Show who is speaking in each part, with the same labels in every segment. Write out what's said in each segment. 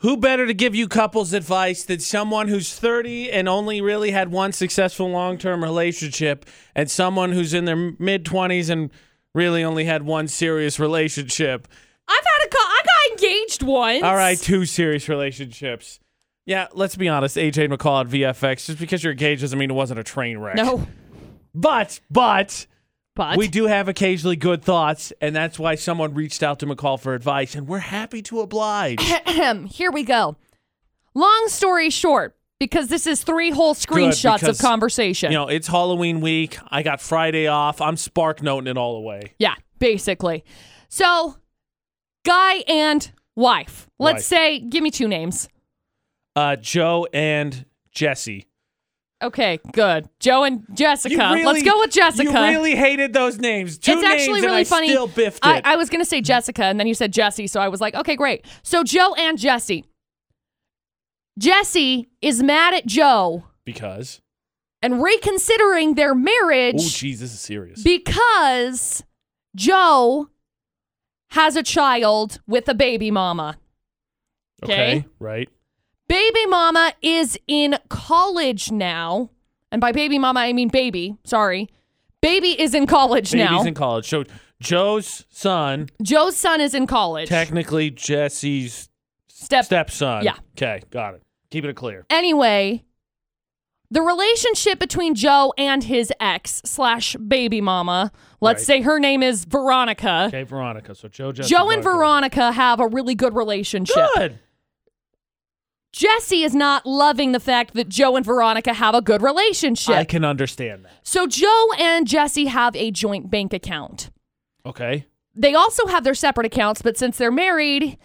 Speaker 1: Who better to give you couples advice than someone who's 30 and only really had one successful long term relationship and someone who's in their mid 20s and really only had one serious relationship?
Speaker 2: I've had a call. I got engaged once.
Speaker 1: All right, two serious relationships. Yeah, let's be honest. AJ McCall at VFX, just because you're engaged doesn't mean it wasn't a train wreck.
Speaker 2: No,
Speaker 1: But, but,
Speaker 2: but
Speaker 1: we do have occasionally good thoughts, and that's why someone reached out to McCall for advice, and we're happy to oblige.
Speaker 2: here we go. Long story short, because this is three whole screenshots
Speaker 1: because,
Speaker 2: of conversation.
Speaker 1: You know, it's Halloween week. I got Friday off. I'm spark noting it all away.
Speaker 2: yeah, basically. So, guy and wife. Let's
Speaker 1: Wife.
Speaker 2: say, give me two names.
Speaker 1: Uh, Joe and Jesse.
Speaker 2: Okay, good. Joe and Jessica.
Speaker 1: You really-
Speaker 2: Let's go with Jessica.
Speaker 1: You really hated those names. Two
Speaker 2: it's actually
Speaker 1: names and
Speaker 2: really
Speaker 1: I
Speaker 2: funny.
Speaker 1: Still biffed
Speaker 2: I,
Speaker 1: it.
Speaker 2: I was gonna say Jessica, and then you said Jesse, so I was like, okay, great. So Joe and Jesse. Jesse is mad at Joe
Speaker 1: because
Speaker 2: and reconsidering their marriage
Speaker 1: oh, geez, this is serious.
Speaker 2: because Joe has a child with a baby mama. okay.
Speaker 1: right.
Speaker 2: Baby mama is in college now. And by baby mama, I mean baby. Sorry. Baby is in college now.
Speaker 1: Baby's in college. So Joe's son,
Speaker 2: Joe's son is in college.
Speaker 1: technically Jesse's
Speaker 2: Step.
Speaker 1: stepson.
Speaker 2: Yeah.
Speaker 1: Okay, got it. Keeping it clear.
Speaker 2: Anyway, the relationship between Joe and his ex slash baby mama, let's
Speaker 1: Right.
Speaker 2: say her name is Veronica.
Speaker 1: Okay, Veronica. So Joe, Jesse,
Speaker 2: Joe and Veronica have a really good relationship.
Speaker 1: Good.
Speaker 2: Jesse is not loving the fact that Joe and Veronica have a good relationship.
Speaker 1: I can understand that.
Speaker 2: so Joe and Jesse have a joint bank account.
Speaker 1: Okay.
Speaker 2: They also have their separate accounts, but since they're married,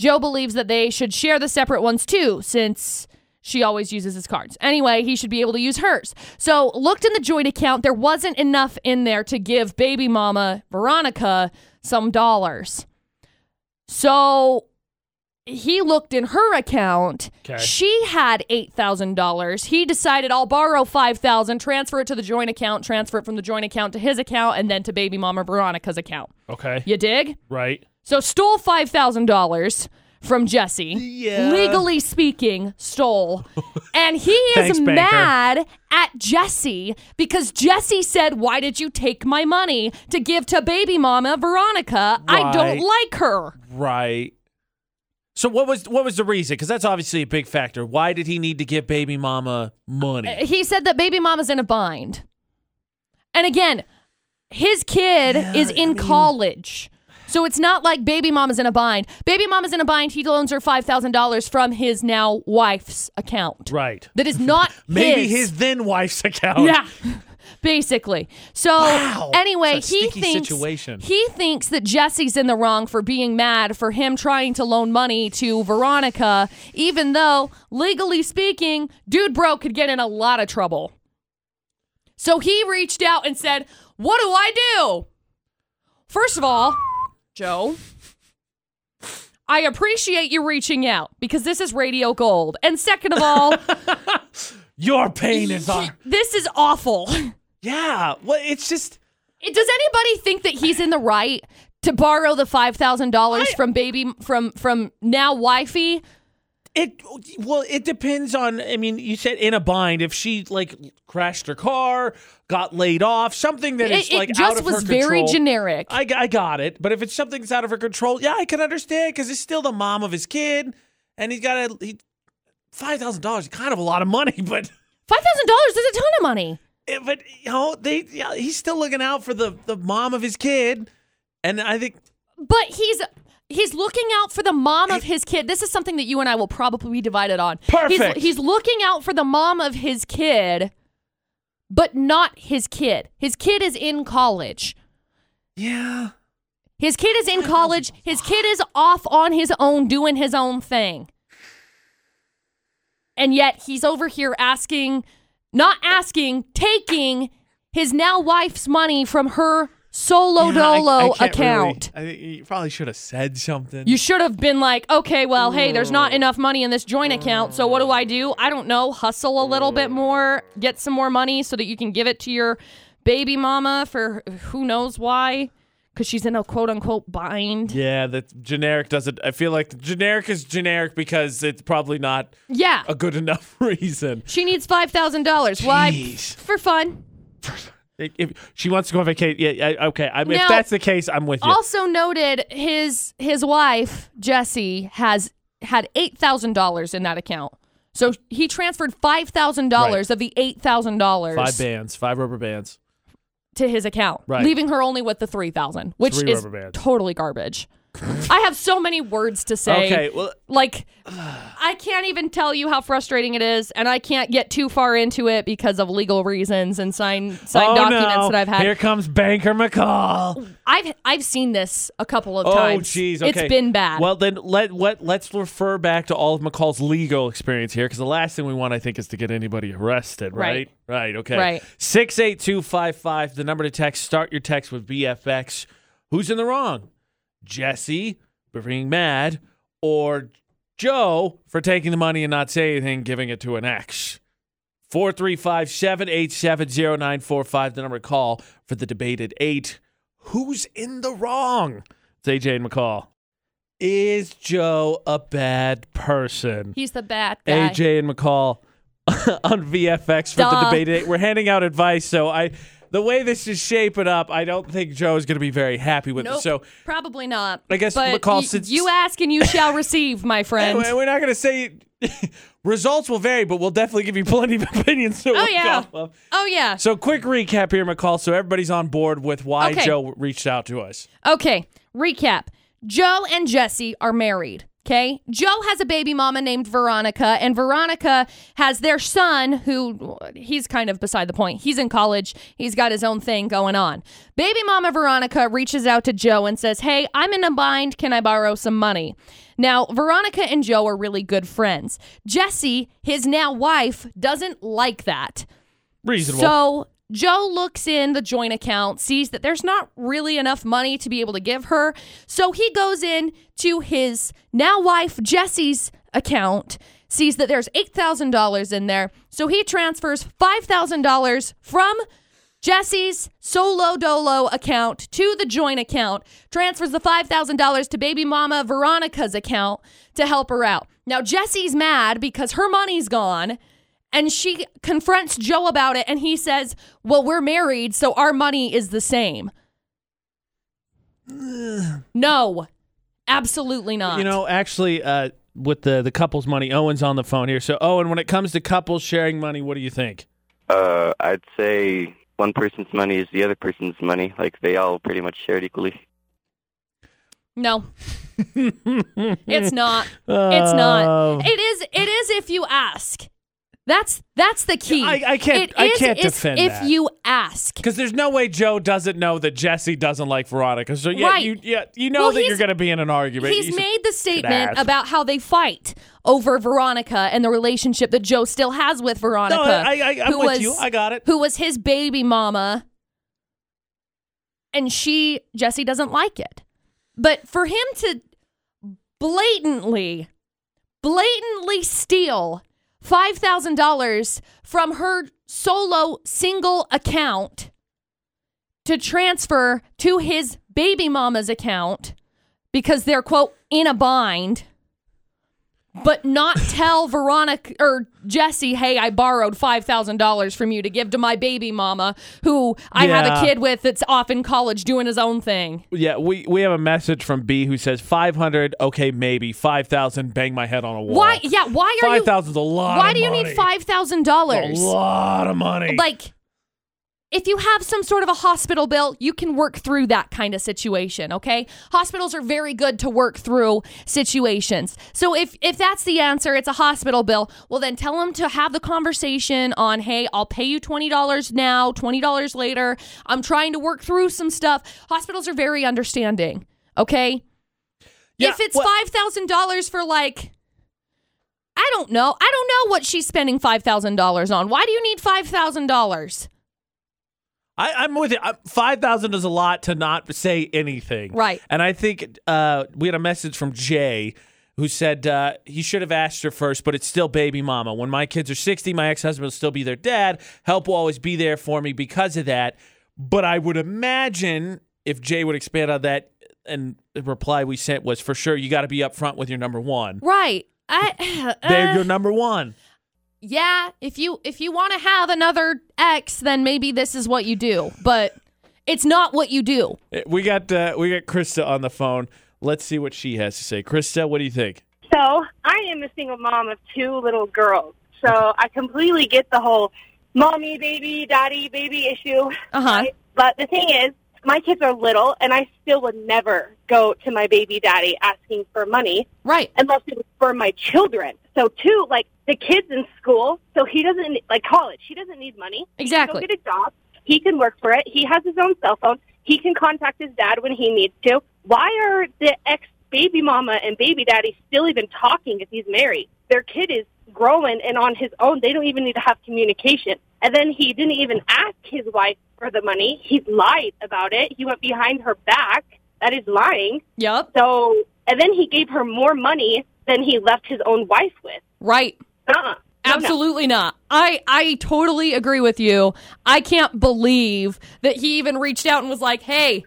Speaker 2: Joe believes that they should share the separate ones too, since she always uses his cards. Anyway, he should be able to use hers. So, looked in the joint account, there wasn't enough in there to give baby mama Veronica some dollars. So, he looked in her account.
Speaker 1: 'Kay.
Speaker 2: She had $8,000. He decided, I'll borrow 5000 transfer it to the joint account, transfer it from the joint account to his account, and then to baby mama Veronica's account.
Speaker 1: Okay.
Speaker 2: You dig?
Speaker 1: Right.
Speaker 2: So stole five thousand dollars from Jesse.
Speaker 1: Yeah.
Speaker 2: Legally speaking, stole. and he is
Speaker 1: Thanks, banker.
Speaker 2: mad at Jesse because Jesse said, Why did you take my money to give to baby mama Veronica? I don't
Speaker 1: Right.
Speaker 2: like her.
Speaker 1: Right. So what was what was the reason? Because that's obviously a big factor. Why did he need to give baby mama money?
Speaker 2: He said that baby mama's in a bind. And again, his kid is in college. So it's not like baby mama's in a bind. Baby mama's in a bind. He loans her $5,000 from his now wife's account.
Speaker 1: Right.
Speaker 2: that is not
Speaker 1: Maybe
Speaker 2: his.
Speaker 1: his then wife's account.
Speaker 2: yeah basically so
Speaker 1: Wow.
Speaker 2: anyway
Speaker 1: It's a
Speaker 2: he
Speaker 1: sticky
Speaker 2: thinks
Speaker 1: situation.
Speaker 2: he thinks that jesse's in the wrong for being mad for him trying to loan money to veronica even though legally speaking dude bro could get in a lot of trouble so he reached out and said what do i do first of all joe I appreciate you reaching out because this is radio gold. And second of all,
Speaker 1: Your pain is on.
Speaker 2: this is awful.
Speaker 1: Yeah. Well, it's just
Speaker 2: It- Does anybody think that he's in the right to borrow the five thousand dollars from baby from from now wifey?
Speaker 1: it. Well, it depends on. I mean, you said in a bind. If she like crashed her car, got laid off, something that is
Speaker 2: It, it
Speaker 1: like out
Speaker 2: just
Speaker 1: of
Speaker 2: was
Speaker 1: her
Speaker 2: very
Speaker 1: control.
Speaker 2: generic.
Speaker 1: I, I got it. But if it's something that's out of her control, yeah, I can understand because it's still the mom of his kid, and he's got a he, five thousand dollars. is Kind of a lot of money, but eh,
Speaker 2: five thousand dollars is a ton of money.
Speaker 1: but you know they yeah, he's still looking out for the the mom of his kid, and I think
Speaker 2: But he's he's looking out for the mom of his kid. This is something that you and I will probably be divided on. He's-
Speaker 1: Perfect.
Speaker 2: He's, looking out for the mom of his kid, but not his kid. His kid is in college.
Speaker 1: yeah,
Speaker 2: His kid is in college. His kid is off on his own doing his own thing. And yet he's over here asking, not asking, taking his now wife's money from her solo
Speaker 1: Yeah, I- I
Speaker 2: dolo
Speaker 1: can't
Speaker 2: account.
Speaker 1: really- I think you probably should have said something.
Speaker 2: You should have been like, okay, well, hey, there's not enough money in this joint account. So what do I do? I don't know. Hustle a little bit more, get some more money so that you can give it to your baby mama for who knows why. because she's in a quote unquote bind.
Speaker 1: Yeah, the generic doesn't. I feel like generic is generic because it's probably not
Speaker 2: Yeah.
Speaker 1: a good enough reason.
Speaker 2: She needs five thousand dollars. Why?
Speaker 1: Jeez.
Speaker 2: For fun.
Speaker 1: If- If she wants to go on vacation, yeah, yeah, okay. I mean,
Speaker 2: Now-
Speaker 1: if that's the case, I'm with you.
Speaker 2: Also noted, his his wife Jessie has had eight thousand dollars in that account. So he transferred five thousand dollars
Speaker 1: Right.
Speaker 2: of the eight thousand dollars
Speaker 1: five bands, five rubber bands.
Speaker 2: to his account,
Speaker 1: Right.
Speaker 2: leaving her only with the three thousand, which
Speaker 1: Three
Speaker 2: is
Speaker 1: rubber bands.
Speaker 2: totally garbage. I have so many words to say.
Speaker 1: Okay, well,
Speaker 2: Like, I can't even tell you how frustrating it is, and I can't get too far into it because of legal reasons and signed signed
Speaker 1: oh
Speaker 2: documents
Speaker 1: no,
Speaker 2: that I've had.
Speaker 1: Here comes Banker McCall.
Speaker 2: I've I've seen this a couple of
Speaker 1: Oh,
Speaker 2: times.
Speaker 1: jeez.
Speaker 2: It's been bad.
Speaker 1: Well, then let what let's refer back to all of McCall's legal experience here, because the last thing we want, I think, is to get anybody arrested.
Speaker 2: Right.
Speaker 1: Right. Right. okay.
Speaker 2: Right.
Speaker 1: Six eight two five five. The number to text. Start your text with BFX. Who's in the wrong? Jesse for being mad, or Joe for taking the money and not saying anything, giving it to an ex. 435 787 0945, the number to call for the debate at 8. Who's in the wrong? It's AJ and McCall. Is Joe a bad person?
Speaker 2: He's the bad guy.
Speaker 1: AJ and McCall on VFX for
Speaker 2: Duh.
Speaker 1: the debate. at eight. We're handing out advice, so I the way this is shaping up, I don't think Joe is going to be very happy with
Speaker 2: Nope,
Speaker 1: it. So
Speaker 2: probably not.
Speaker 1: I guess
Speaker 2: but
Speaker 1: McCall
Speaker 2: y-
Speaker 1: sits-
Speaker 2: you ask and you shall receive, my friend.
Speaker 1: Anyway, we're not going to say results will vary, but we'll definitely give you plenty of opinions. So
Speaker 2: Oh,
Speaker 1: we'll
Speaker 2: yeah.
Speaker 1: call them.
Speaker 2: Oh yeah.
Speaker 1: So quick recap here, McCall. So everybody's on board with why
Speaker 2: Okay.
Speaker 1: Joe reached out to us.
Speaker 2: Okay. Recap. Joe and Jesse are married. Okay. Joe has a baby mama named Veronica, and Veronica has their son, who he's kind of beside the point. He's in college, he's got his own thing going on. Baby mama Veronica reaches out to Joe and says, Hey, I'm in a bind. Can I borrow some money? Now, Veronica and Joe are really good friends. Jesse, his now wife, doesn't like that.
Speaker 1: Reasonable.
Speaker 2: So Joe looks in the joint account, sees that there's not really enough money to be able to give her. So he goes in to his now wife, Jesse's account, sees that there's $8,000 in there. So he transfers $5,000 from Jesse's solo dolo account to the joint account, transfers the $5,000 to baby mama Veronica's account to help her out. Now, Jesse's mad because her money's gone and she confronts Joe about it, and he says, Well, we're married, so our money is the same. no, absolutely not.
Speaker 1: you know, actually, uh, with the the couple's money, Owen's on the phone here. So Owen, when it comes to couples sharing money, what do you think?
Speaker 3: Uh, I'd say one person's money is the other person's money. Like they all pretty much share it equally.
Speaker 2: no, it's not.
Speaker 1: It's
Speaker 2: It's
Speaker 1: Oh. Um.
Speaker 2: not. It is. It is if you ask. That's that's the key.
Speaker 1: I- I can't- I
Speaker 2: is
Speaker 1: can't
Speaker 2: if-
Speaker 1: defend
Speaker 2: if
Speaker 1: that.
Speaker 2: you ask.
Speaker 1: Because there's no way Joe doesn't know that Jesse doesn't like Veronica. So yeah,
Speaker 2: Right.
Speaker 1: you yeah you know
Speaker 2: Well,
Speaker 1: that you're
Speaker 2: he's-
Speaker 1: going to be in an argument.
Speaker 2: He's
Speaker 1: You-
Speaker 2: made the statement
Speaker 1: ask.
Speaker 2: about how they fight over Veronica and the relationship that Joe still has with Veronica.
Speaker 1: No, I, I, I,
Speaker 2: who
Speaker 1: am with
Speaker 2: was-
Speaker 1: you. I got it.
Speaker 2: who was his baby mama. And she, Jesse, doesn't like it. But for him to blatantly, blatantly steal $5,000 from her solo single account to transfer to his baby mama's account because they're, quote, in a bind. But not tell Veronica or Jesse, hey, I borrowed five thousand dollars from you to give to my baby mama, who I have
Speaker 1: Yeah.
Speaker 2: a kid with that's off in college doing his own thing.
Speaker 1: Yeah, we, we have a message from B who says 500, okay, maybe. 5,000, bang my head on a wall.
Speaker 2: Why? Yeah. Why are you?
Speaker 1: 5,000 is a lot
Speaker 2: Why
Speaker 1: of
Speaker 2: do you
Speaker 1: money.
Speaker 2: need five thousand
Speaker 1: A
Speaker 2: dollars?
Speaker 1: lot of money.
Speaker 2: Like, if you have some sort of a hospital bill, you can work through that kind of situation. Okay, hospitals are very good to work through situations. So if if that's the answer, it's a hospital bill. Well, then tell them to have the conversation on, hey, I'll pay you twenty dollars now, twenty dollars later. I'm trying to work through some stuff. Hospitals are very understanding. Okay,
Speaker 1: Yeah,
Speaker 2: if it's
Speaker 1: well-
Speaker 2: five thousand dollars for like I don't know. I don't know what she's spending five thousand dollars on. Why do you need five thousand dollars?
Speaker 1: I, I'm with you. I- 5,000 is a lot to not say anything.
Speaker 2: Right.
Speaker 1: And I think uh, we had a message from Jay who said uh, he should have asked her first, but it's still baby mama. When my kids are 60, my ex husband will still be their dad. Help will always be there for me because of that. But I would imagine if Jay would expand on that, and the reply we sent was for sure you got to be upfront with your number one.
Speaker 2: Right. I,
Speaker 1: They're
Speaker 2: uh,
Speaker 1: your number one.
Speaker 2: yeah, if you if you want to have another ex, then maybe this is what you do. But it's not what you do.
Speaker 1: We got uh, we got Krista on the phone. Let's see what she has to say. Krista, what do you think?
Speaker 4: So I am a single mom of two little girls. So I completely get the whole mommy, baby, daddy, baby issue.
Speaker 2: Uh-huh.
Speaker 4: But the thing is, my kids are little, and I still would never go to my baby daddy asking for money
Speaker 2: Right.
Speaker 4: unless it was for my children. So two, like the kids in school, so he doesn't like college. He doesn't need money.
Speaker 2: Exactly.
Speaker 4: He can go get a job. He can work for it. He has his own cell phone. He can contact his dad when he needs to. Why are the ex baby mama and baby daddy still even talking if he's married? Their kid is growing and on his own. They don't even need to have communication. And then he didn't even ask his wife for the money. He lied about it. He went behind her back. That is lying.
Speaker 2: Yep.
Speaker 4: So, and then he gave her more money than he left his own wife with.
Speaker 2: Right.
Speaker 4: Uh-uh. No, no.
Speaker 2: Absolutely not. I I totally agree with you. I can't believe that he even reached out and was like, "Hey,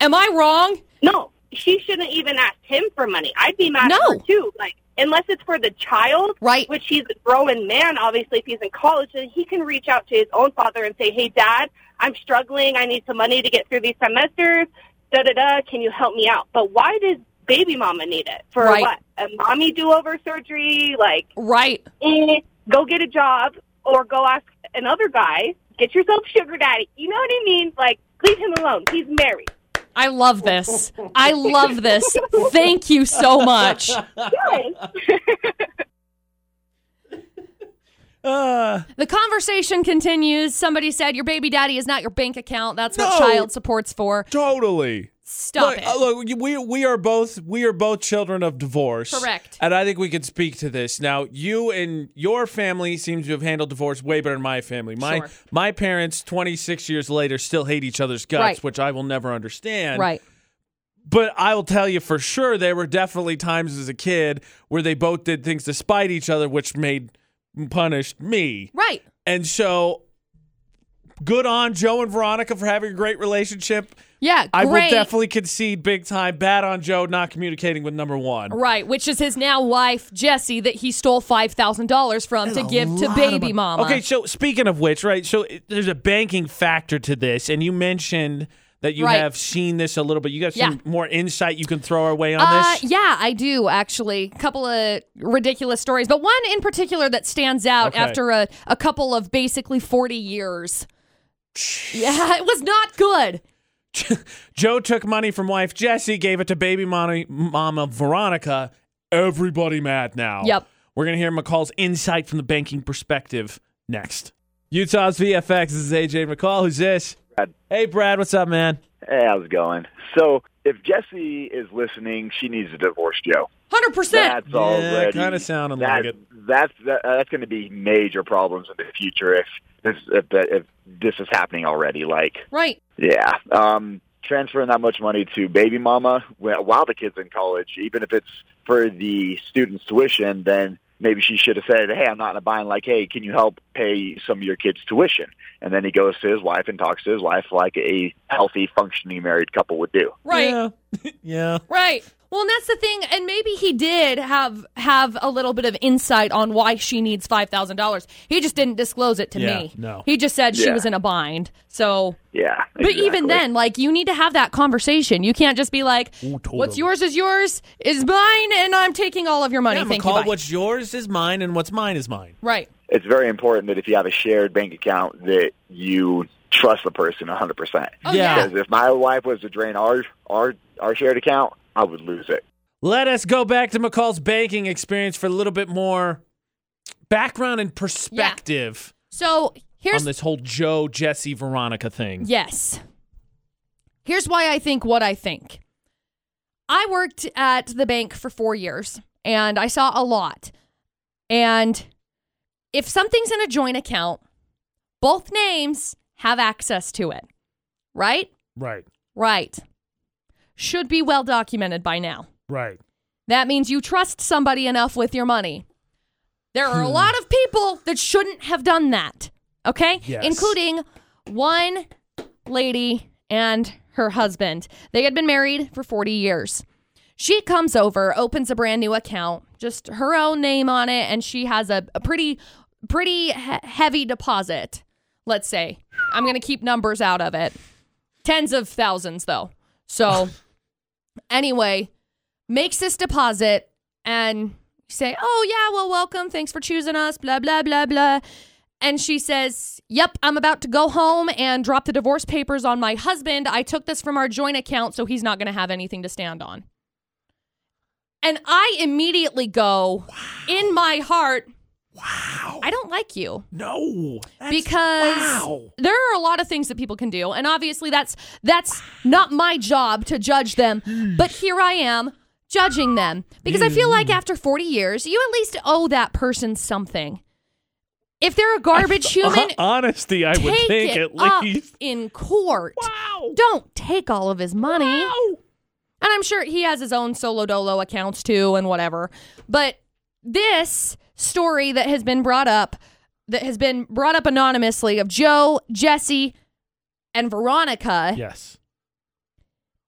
Speaker 2: am I wrong?"
Speaker 4: No, she shouldn't even ask him for money. I'd be mad
Speaker 2: No.
Speaker 4: at her too. Like, unless it's for the child,
Speaker 2: Right.
Speaker 4: Which he's a grown man, obviously. If he's in college, then he can reach out to his own father and say, "Hey, Dad, I'm struggling. I need some money to get through these semesters. Da da da. Can you help me out?" But why does baby mama need it for
Speaker 2: Right.
Speaker 4: what? A mommy do over surgery? Like,
Speaker 2: Right.
Speaker 4: eh, go get a job or go ask another guy. Get yourself sugar daddy. You know what I mean? Like, leave him alone. He's married.
Speaker 2: I love this. I love this. Thank you so much.
Speaker 1: Uh,
Speaker 2: The conversation continues. Somebody said your baby daddy is not your bank account. That's what
Speaker 1: No.
Speaker 2: child support's for.
Speaker 1: totally.
Speaker 2: Stop
Speaker 1: look,
Speaker 2: it.
Speaker 1: uh, look, we we are both we are both children of divorce.
Speaker 2: Correct.
Speaker 1: And I think we can speak to this. Now, you and your family seem to have handled divorce way better than my family. My
Speaker 2: Sure.
Speaker 1: my parents 26 years later still hate each other's guts,
Speaker 2: Right.
Speaker 1: which I will never understand.
Speaker 2: right.
Speaker 1: But I will tell you for sure there were definitely times as a kid where they both did things to spite each other which made punished me.
Speaker 2: Right.
Speaker 1: And so good on Joe and Veronica for having a great relationship.
Speaker 2: Yeah.
Speaker 1: I
Speaker 2: great.
Speaker 1: will definitely concede big time. Bad on Joe not communicating with number one.
Speaker 2: Right, which is his now wife Jessie that he stole five thousand dollars from to give to
Speaker 1: Lot of
Speaker 2: baby
Speaker 1: mon-
Speaker 2: mama.
Speaker 1: Okay, so speaking of which, right? So it, there's a banking factor to this, and you mentioned that you
Speaker 2: Right.
Speaker 1: have seen this a little bit. You got
Speaker 2: Yeah.
Speaker 1: some more insight you can throw our way on
Speaker 2: Uh,
Speaker 1: this.
Speaker 2: yeah, I do actually. Couple of ridiculous stories, but one in particular that stands out
Speaker 1: Okay.
Speaker 2: after a, a couple of basically forty years. Yeah, it was not good.
Speaker 1: Joe took money from wife Jessie, gave it to baby mommy, mama Veronica. Everybody mad now.
Speaker 2: Yep.
Speaker 1: We're going to hear McCall's insight from the banking perspective next. Utah's VFX. This is AJ McCall. Who's this?
Speaker 5: Brad.
Speaker 1: Hey, Brad. What's up, man?
Speaker 5: Hey, how's it going? So, if Jesse is listening, she needs to divorce Joe.
Speaker 2: Hundred percent.
Speaker 5: That's all.
Speaker 1: Yeah, kinda sounding like it.
Speaker 5: That's that, that's going to be major problems in the future if this if, that- if this is happening already. Like,
Speaker 2: Right.
Speaker 5: yeah, um, transferring that much money to baby mama wh- while the kid's in college, even if it's for the student's tuition, then maybe she should have said, "Hey, I'm not in a bind. Like, hey, can you help pay some of your kid's tuition?" And then he goes to his wife and talks to his wife like a healthy, functioning married couple would do.
Speaker 2: Right.
Speaker 1: Yeah. yeah.
Speaker 2: Right. Well, and that's the thing, and maybe he did have have a little bit of insight on why she needs five thousand dollars. He just didn't disclose it to
Speaker 1: Yeah,
Speaker 2: me.
Speaker 1: no.
Speaker 2: he just said she
Speaker 5: Yeah.
Speaker 2: was in a bind. So,
Speaker 5: Yeah,
Speaker 2: but even
Speaker 5: exactly.
Speaker 2: then, like you need to have that conversation. You can't just be like, "What's yours is yours is mine, and I'm taking all of your money."
Speaker 1: Yeah,
Speaker 2: Thank
Speaker 1: McCall,
Speaker 2: you. bye."
Speaker 1: what's yours is mine, and what's mine is mine.
Speaker 2: right.
Speaker 5: it's very important that if you have a shared bank account, that you trust the person 100. percent
Speaker 2: Oh,
Speaker 1: Yeah.
Speaker 2: yeah.
Speaker 5: Because if my wife was to drain our our our shared account, I would lose it.
Speaker 1: Let us go back to McCall's banking experience for a little bit more background and perspective
Speaker 2: So here's
Speaker 1: on this whole Joe, Jesse, Veronica thing.
Speaker 2: Yes. Here's why I think what I think. I worked at the bank for four years and I saw a lot. And if something's in a joint account, both names have access to it, right?
Speaker 1: Right,
Speaker 2: Right. Should be well documented by now.
Speaker 1: right.
Speaker 2: That means you trust somebody enough with your money. There are a lot of people that shouldn't have done that, okay?
Speaker 1: Yes.
Speaker 2: Including one lady and her husband. They had been married for 40 years. She comes over, opens a brand new account, just her own name on it, and she has a, a pretty, pretty he- heavy deposit, let's say. I'm going to keep numbers out of it. Tens of thousands, though. So, anyway, makes this deposit and say, Oh, yeah, well, welcome. Thanks for choosing us, blah, blah, blah, blah. And she says, Yep, I'm about to go home and drop the divorce papers on my husband. I took this from our joint account, so he's not going to have anything to stand on. And I immediately go, in my heart,
Speaker 1: Wow.
Speaker 2: I don't like you
Speaker 1: No. That's-
Speaker 2: because
Speaker 1: wow.
Speaker 2: there are a lot of things that people can do and obviously that's that's not my job to judge them
Speaker 1: Hmm.
Speaker 2: but here i am judging them because i feel like after 40 years you at least owe that person something if they're a garbage
Speaker 1: uh-huh.
Speaker 2: human
Speaker 1: Uh, honesty, I would
Speaker 2: take
Speaker 1: think
Speaker 2: it
Speaker 1: at
Speaker 2: up
Speaker 1: least.
Speaker 2: in court
Speaker 1: Wow.
Speaker 2: don't take all of his money
Speaker 1: Wow.
Speaker 2: and I'm sure he has his own solo dolo accounts too and whatever. But this story that has been brought up, that has been brought up anonymously of Joe, Jesse, and Veronica
Speaker 1: Yes.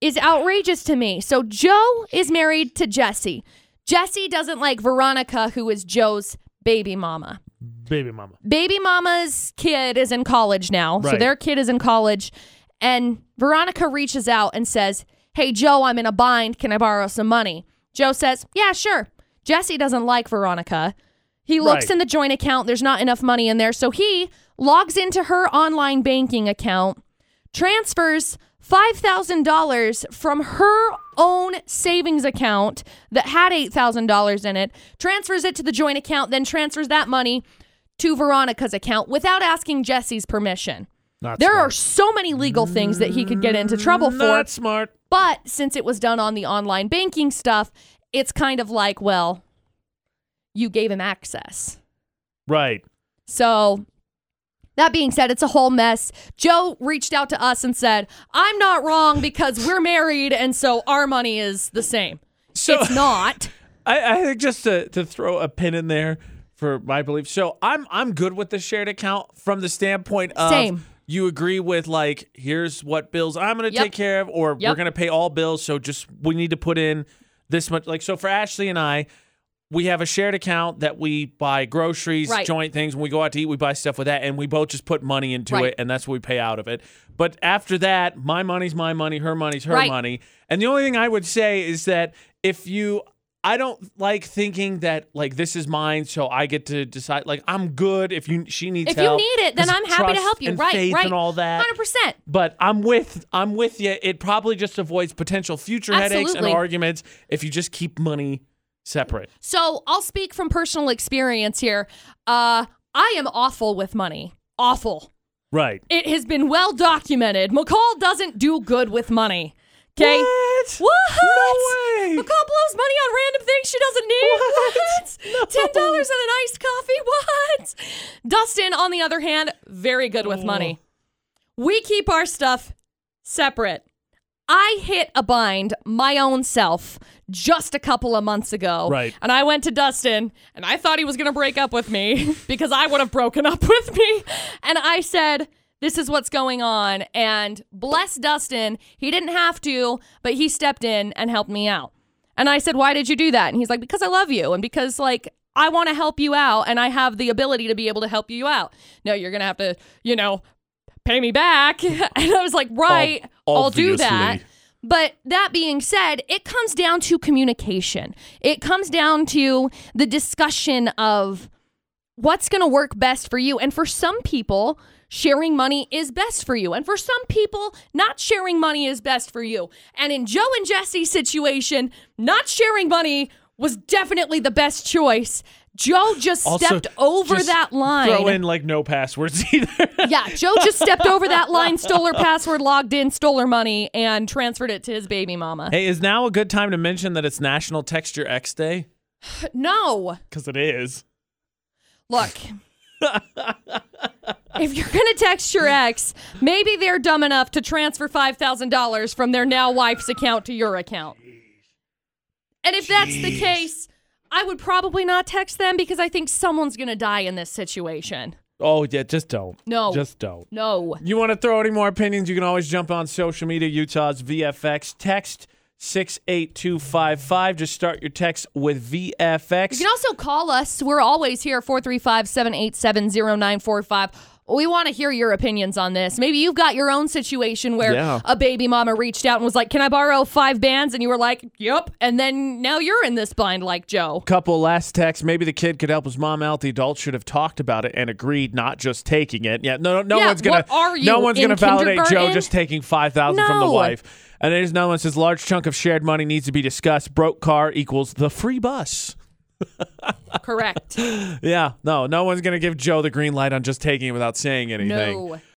Speaker 2: is outrageous to me. So Joe is married to Jesse. Jesse doesn't like Veronica, who is Joe's baby mama.
Speaker 1: Baby mama.
Speaker 2: Baby mama's kid is in college now. So
Speaker 1: Right.
Speaker 2: their kid is in college. And Veronica reaches out and says, Hey, Joe, I'm in a bind. Can I borrow some money? Joe says, Yeah, sure. Jesse doesn't like Veronica. He looks
Speaker 1: Right.
Speaker 2: in the joint account. There's not enough money in there. So he logs into her online banking account, transfers $5,000 from her own savings account that had $8,000 in it, transfers it to the joint account, then transfers that money to Veronica's account without asking Jesse's permission.
Speaker 1: Not
Speaker 2: There
Speaker 1: smart.
Speaker 2: are so many legal things that he could get into trouble for,
Speaker 1: Not smart.
Speaker 2: but since it was done on the online banking stuff, it's kind of like, well, you gave him access.
Speaker 1: Right.
Speaker 2: So, that being said, it's a whole mess. Joe reached out to us and said, I'm not wrong because we're married and so our money is the same.
Speaker 1: So
Speaker 2: it's not.
Speaker 1: I, I think just to, to throw a pin in there for my belief. So I'm I'm good with the shared account from the standpoint of
Speaker 2: Same.
Speaker 1: you agree with like here's what bills I'm going to
Speaker 2: Yep.
Speaker 1: take care of or we're
Speaker 2: Yep.
Speaker 1: going to pay all bills so just we need to put in this much like so for Ashley and I we have a shared account that we buy groceries,
Speaker 2: Right.
Speaker 1: joint things. When we go out to eat, we buy stuff with that, and we both just put money into
Speaker 2: Right.
Speaker 1: it, and that's what we pay out of it. But after that, my money's my money, her money's her
Speaker 2: Right.
Speaker 1: money. And the only thing I would say is that if you, I don't like thinking that like this is mine, so I get to decide. Like I'm good if you she needs
Speaker 2: If you
Speaker 1: help.
Speaker 2: need it, then
Speaker 1: 'cause
Speaker 2: I'm happy to
Speaker 1: trust
Speaker 2: help you.
Speaker 1: and
Speaker 2: Right,
Speaker 1: faith
Speaker 2: right.
Speaker 1: and all that.
Speaker 2: 100%.
Speaker 1: But I'm with I'm with you. It probably just avoids potential future headaches and
Speaker 2: Absolutely.
Speaker 1: arguments if you just keep money separate.
Speaker 2: So I'll speak from personal experience here. Uh, I am awful with money. Awful.
Speaker 1: Right.
Speaker 2: It has been well documented. McCall doesn't do good with money. Okay.
Speaker 1: What?
Speaker 2: What?
Speaker 1: No way.
Speaker 2: McCall blows money on random things she doesn't need. What? Ten dollars and an iced coffee. What? Dustin, on the other hand, very good with money. We keep our stuff separate. I hit a bind my own self just a couple of months ago.
Speaker 1: Right.
Speaker 2: And I went to Dustin and I thought he was going to break up with me because I would have broken up with me. And I said, This is what's going on. And bless Dustin. He didn't have to, but he stepped in and helped me out. And I said, Why did you do that? And he's like, Because I love you. And because, like, I want to help you out and I have the ability to be able to help you out. No, you're going to have to, you know, pay me back. And I was like, Right, I'll do that.
Speaker 1: obviously.
Speaker 2: But that being said, it comes down to communication. It comes down to the discussion of what's going to work best for you. And for some people, sharing money is best for you. And for some people, not sharing money is best for you. And in Joe and Jesse's situation, not sharing money was definitely the best choice. Joe just
Speaker 1: Also,
Speaker 2: stepped over
Speaker 1: just
Speaker 2: that line.
Speaker 1: Throw in like no passwords either.
Speaker 2: Yeah, Joe just stepped over that line, stole her password, logged in, stole her money, and transferred it to his baby mama.
Speaker 1: hey, is now a good time to mention that it's National Text Your Ex Day?
Speaker 2: No.
Speaker 1: Because it is.
Speaker 2: Look. if you're going to text your ex, maybe they're dumb enough to transfer $5,000 from their now wife's account to your account. And if that's the case, I would probably not text them because I think someone's going to die in this situation.
Speaker 1: Oh yeah, just don't.
Speaker 2: No.
Speaker 1: Just don't.
Speaker 2: No.
Speaker 1: You want to throw any more opinions? You can always jump on social media, Utah's VFX. Text 68255. Just start your text with VFX.
Speaker 2: You can also call us. We're always here 435 787 0945. We want to hear your opinions on this. Maybe you've got your own situation where
Speaker 1: Yeah.
Speaker 2: a baby mama reached out and was like, Can I borrow five bands? And you were like, Yep. And then now you're in this bind like Joe.
Speaker 1: Couple last texts. Maybe the kid could help his mom out. The adult should have talked about it and agreed, not just taking it. Yeah, no, no, no
Speaker 2: Yeah,
Speaker 1: one's gonna.
Speaker 2: what are
Speaker 1: no
Speaker 2: you,
Speaker 1: one's
Speaker 2: in
Speaker 1: gonna validate Joe
Speaker 2: kindergarten?
Speaker 1: just taking five thousand from the
Speaker 2: No.
Speaker 1: wife. And there's no one says large chunk of shared money needs to be discussed. Broke car equals the free bus.
Speaker 2: Correct.
Speaker 1: Yeah, no, no one's gonna give Joe the green light on just taking it without saying anything.
Speaker 2: No.